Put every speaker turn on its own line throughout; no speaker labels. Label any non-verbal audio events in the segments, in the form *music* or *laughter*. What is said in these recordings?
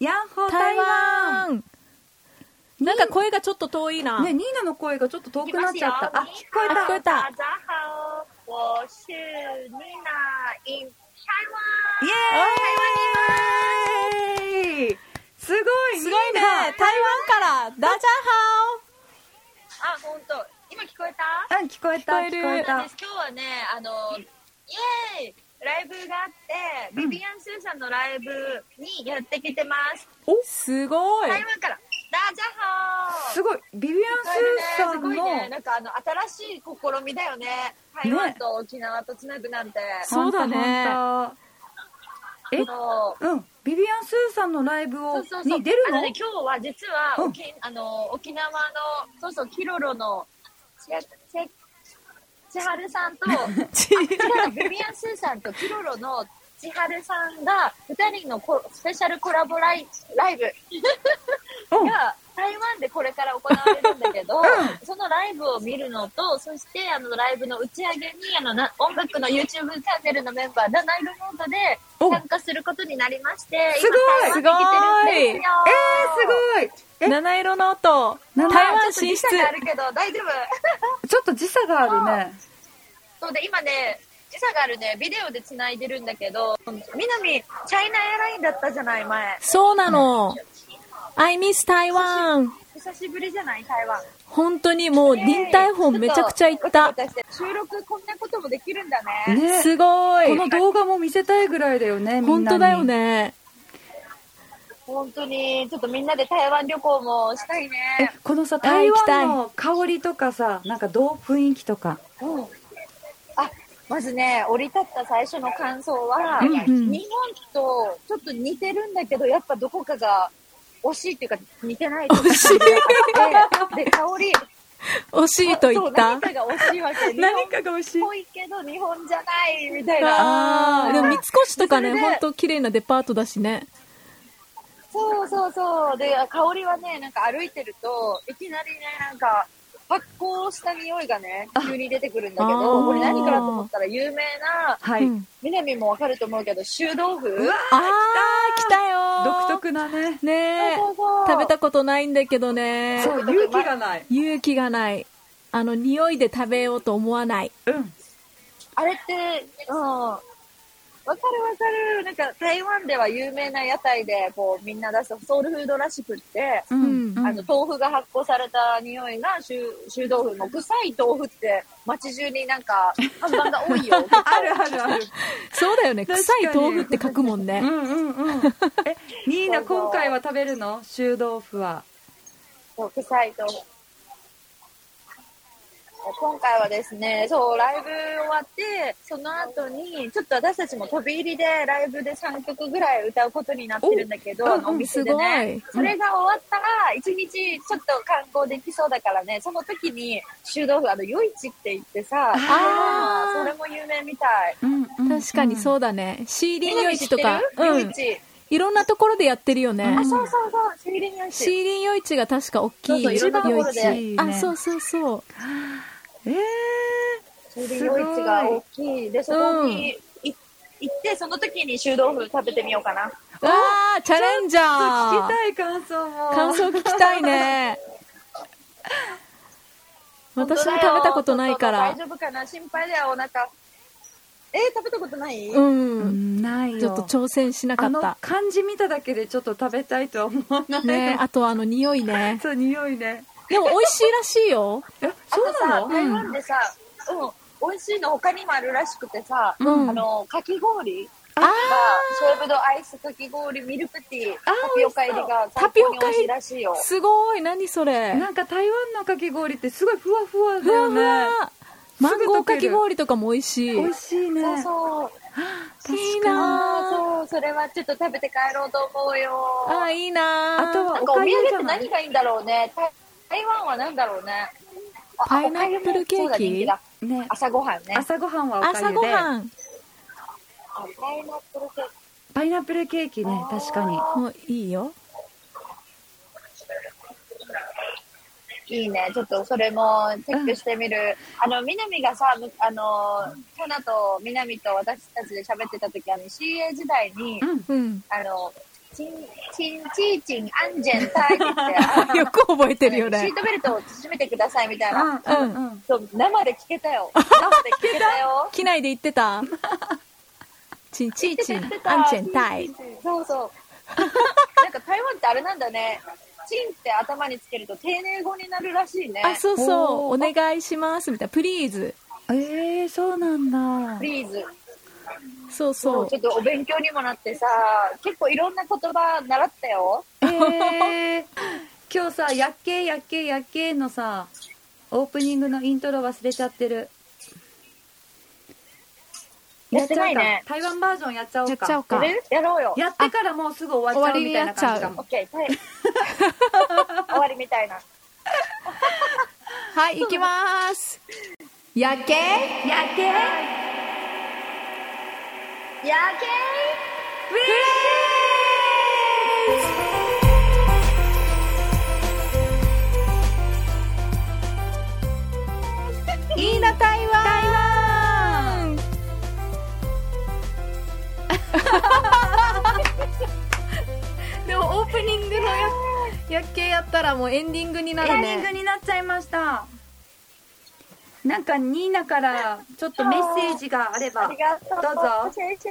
ヤッホー台
台
湾
湾なんか声がちょっと遠いな。
ね、ニーナの声がちょっと遠くなっちゃった。あ、聞こえ
あ聞こ
た。
えた
大。家好，我是妮娜 in 台湾。
イエーイすごい
すごいね。台湾から、ダジャハ
あ、本当。今聞こえた？
湾うん、聞こえた、
聞こえる
聞こえ
そうな
た
んで。す。今日はね、あのイエーイライブがあって、ビビアンスーさんのライブにやってきてます。
オおすごい。
台湾から。大家好。
すごい。ビビアン・スーさ
す
ん
ご
の、
いね。なんかあの新しい試みだよね。台湾と沖縄とつなぐなんて。
そうだね
ほんとえ
そ
ほん
う
とうん、ビビアン・スーさんのライブを
そうそうそう
に出る
あ
の
の、ね、今日は実は
うん
沖,、あの沖縄のそうそうキロロの千千千春さ
*laughs*
んと
ち
違うビビアン・スーさんとキロロの千春さんが2人のコスペシャルコラボライライブ
うん
が台湾でこれから行われるんだけど、そのライブを見るのとそしてあのライブの打ち上げにあのな音楽の YouTube チャンネルのメンバーがナイルモードで
お
参加することになりまして
すごい
今台湾に来てるんですよ
えー、すごい
七色の音。
七
台
色
湾進出
ちょっと時差。があるけど大丈夫
えちょっと時差があるね。
そうで今ね時差があるねビデオでつないでるんだけど南チャイナエアラインだったじゃない前
そうなの。I miss 台湾。
久しぶりじゃない台湾
本当にもう、臨台本めちゃくちゃ行っ
ご
た。
たごたして収録こんなこともできるんだね
ね
すご
こ
い。
の動画も見せたいぐらいだよね、みん
本
なに
当だよ。ね。
本当にちょっとみんなで台湾旅行もしたい
え
ね、
このさ、
あ
台
行きたい
湾の香りとかさ、なんかどう雰囲気とか。
うん、あまずね降り立った最初の感想は、
うんうん
日本とちょっと似てるんだけどやっぱどこかが惜しいっていうか似てないと
惜しい
で香り
惜しいと言
そう
った
何。かが惜しいわけ
何かが美味し
日
い
本っ。ぽいけど日本じゃないみたい
ああ
な
ー、でも三越とかね、
それで
本当綺麗なデパートだしね。
そうそうそうで香りはねなんか歩いてるといきなりねなんか発酵した匂いがね急に出てくるんだけ
あ
ど
ー
これ何からと思ったら有名な
は
う
い。
ん
南もわかると思うけど臭豆腐
ああ、来たよ
独
ー。
特なね。
ねえ
そうそうそう
食べたことないんだけどね
そう、勇気がない。
勇気がないあの匂いで食べようと思わない
うん。
あれって、うん。わかるわかる。なんか台湾では有名な屋台で、こうみんな出すソウルフードらしくって、
うん。
あの豆腐が発酵された匂いが臭臭豆腐の臭い豆腐って街中になんか看板が多
*laughs*
いよ。
あるあるある。
そうだよね臭
確かに
い豆腐って書くもんね、
うんうんうん。え、ニーナ、今回は食べるの臭豆腐は。
そう臭い豆腐。今回はですね、そう、ライブ終わって、その後に、ちょっと私たちも飛び入りでライブで3曲ぐらい歌うことになってるんだけど、
お
あの
う
お
んうん
店でね。
す
それが終わったら、1日ちょっと観光できそうだからね、その時に、臭豆腐、あの、夜市って言ってさ、
あー
それも有名みたい。
うんうん
確かに
う
そうだねシーリン夜市とか
みんな知ってる
う
夜
ん
市。
いろんなところでやってるよね、
う
あ、
ん
そうそうそう、シーリン夜
シ
市。
ーリン夜市が確か大きい
そうそういろんなところで
夜市
いいね。
あそうそうそうん
え
それで夜市が大きい。で、そこにい行って、その時に臭豆腐食べてみようかな。
わあチャレンジャ
ー、聞
ー
きたい感想も。
感想聞きたいね私も食べたことないか
本
ら
当だよ大丈夫かな心配だよ、お腹。えー食べたことない、
うん、
うんないよ。
ちょっと挑戦しなか
あ
っ
の
た
漢字見ただけでちょっと食べたいとは思わない。
ねあとあの匂いね
そう匂いね。
でも美味しいらしいよ。
え、
あと
そうな
さ、
の？
台湾でさ、うん、美味しいの他にもあるらしくてさ、
うん
あの、かき氷
あ
が、シェーブドアイスかき氷、ミルクティー、タピオカ入りが
タ
最
ピオ
高
カ
に
入り
美味しいらしいよ。
すごい何それ
なんか台湾のかき氷ってすごいふわふわだ
ふわ
よ
ふ
ね。
わマン
すぐ
ゴー
溶け
か
る
き氷とかも美味しい
美味しいね。
そうそう。
いい
あ
な
ーそう、それはちょっと食べて帰ろうと思うよ。
ああいいな
あと
な
は
ん
お
かお
か
土産
ゆ
っ
じゃ
て
ない
何。がいいんだろうね。台台湾は何だろうね。あ
パイナップルケーキ
お粥もそうだ人気だ
ね、
朝ごはんね。
朝ごはんはおかゆで。
朝ごはん
あパイナップルケーキ。
パイナップルケーキね、確かに。
もういいよ
いいね。ちょっとそれもチェックしてみる。あの、南がさ、むあの、かなと南と私たちで喋ってた時、あの、CA 時代に、
*laughs* うん。
うん
あの、チン、チン、チーチン、安全、体って
*laughs*
あ
よく覚えてるよ
シ
ね
ー。トベルトを締めてくださいみたいな。
うんうんうん
そう、生で聞けた
*laughs*
よ。生で聞けたよ。
機内で言っ
*laughs*
てた。チンチーチン
言って、た
アンチェンタイ。
そう
*laughs*
そう。なんか台湾ってあれなんだね。チンって頭につけると丁寧語になるらしいね。
あ、そうそう、
お
お
ー
願いします、みたいな。プリーズ。
えー、そうなんだ *laughs*
プリーズ。
そう
そ
そう
う。ちょっとお勉強にもなってさ、結構いろんな言葉習ったよ。
えー、今日さ「やっけーやっけーやっけー」のさオープニングのイントロ忘れちゃってる
やってないね
やっちゃうか台湾バージョンやっちゃお
や
う
っ
か
ちゃおう
や
か。
るやろうよ。
やってからもうすぐ終わっちゃうみたいな感じか
オ
も
ッケー、
*laughs*
はい。終わりみたいな。
はい、行きます。やっけ
やっけー
や
ウィー
ーいいな台湾でもオープニングのややっけやったらもうエンディングにな
エ
る
ンディング
ね
になっちゃいましたなんかニーナからちょっとメッセージがあれば
ありがとう。
どうぞ
先生。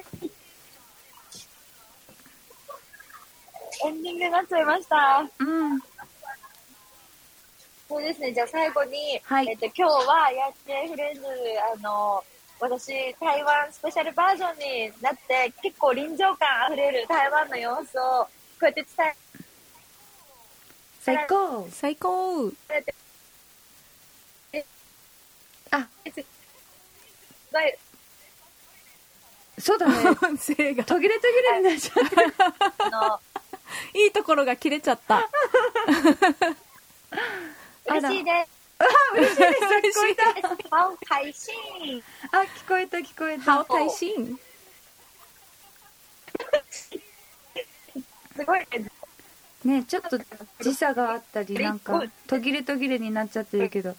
エンディングになっちゃいました。
うん
そうですね、じゃあ最後に、
はい
えっと、今日はやってフレンズ、あの、私、台湾スペシャルバージョンになって、結構臨場感あふれる台湾の様子を、こうやって伝
最高
最高
えて、
あ
伝え
そうだ *laughs* ね
音声が
途切れ途切れになっちゃってる
*laughs*
あの、
いいところが切れちゃった
あら
嬉しいです。
嬉しいです聞こえた
ハオ配信
あ聞こえた聞こえ
ハオ
た
タイシン
すごいね。
ねちょっと時差があったりなんか途切れ途切れになっちゃってるけど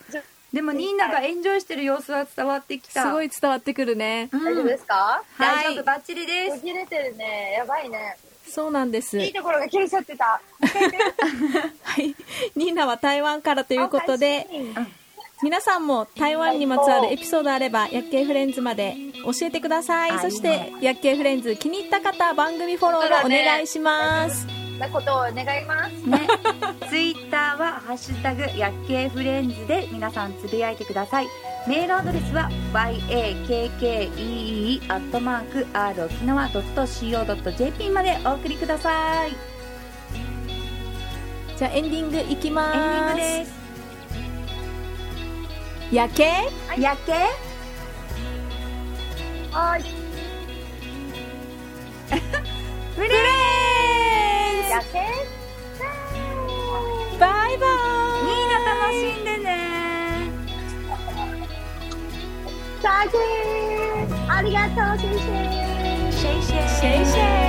でもニーナがエンジョイしてる様子は伝わってきた
すご
い、
い伝わってくるね
うん
大丈夫ですか
大
はい
丈夫バッチリで
途
す
切れてるね。やばいね。
そうなんです
いいところが切れちゃってた。
はいニーナは台湾からと
と
いうことで皆さんも台湾にまつわるエピソードあれば「薬系フレンズ」まで教えてくださいそして「薬系フレンズ」気に入った方番組フォローをお願いします
なことを願います。
ね、ツイッターは「ハッシュタグ薬系フレンズ」で皆さんつぶやいてくださいメールアドレスは yakkee.rokinawa.co.jp までお送りくださいエン
じゃあエンディングいき
ディン
ま
グですす
薬系
薬系
はい。
フレンズ
やけ
バイバ
み
イ
んな楽しんでね
さあけありがとう先生。
シェイシェイ
シェイシェイ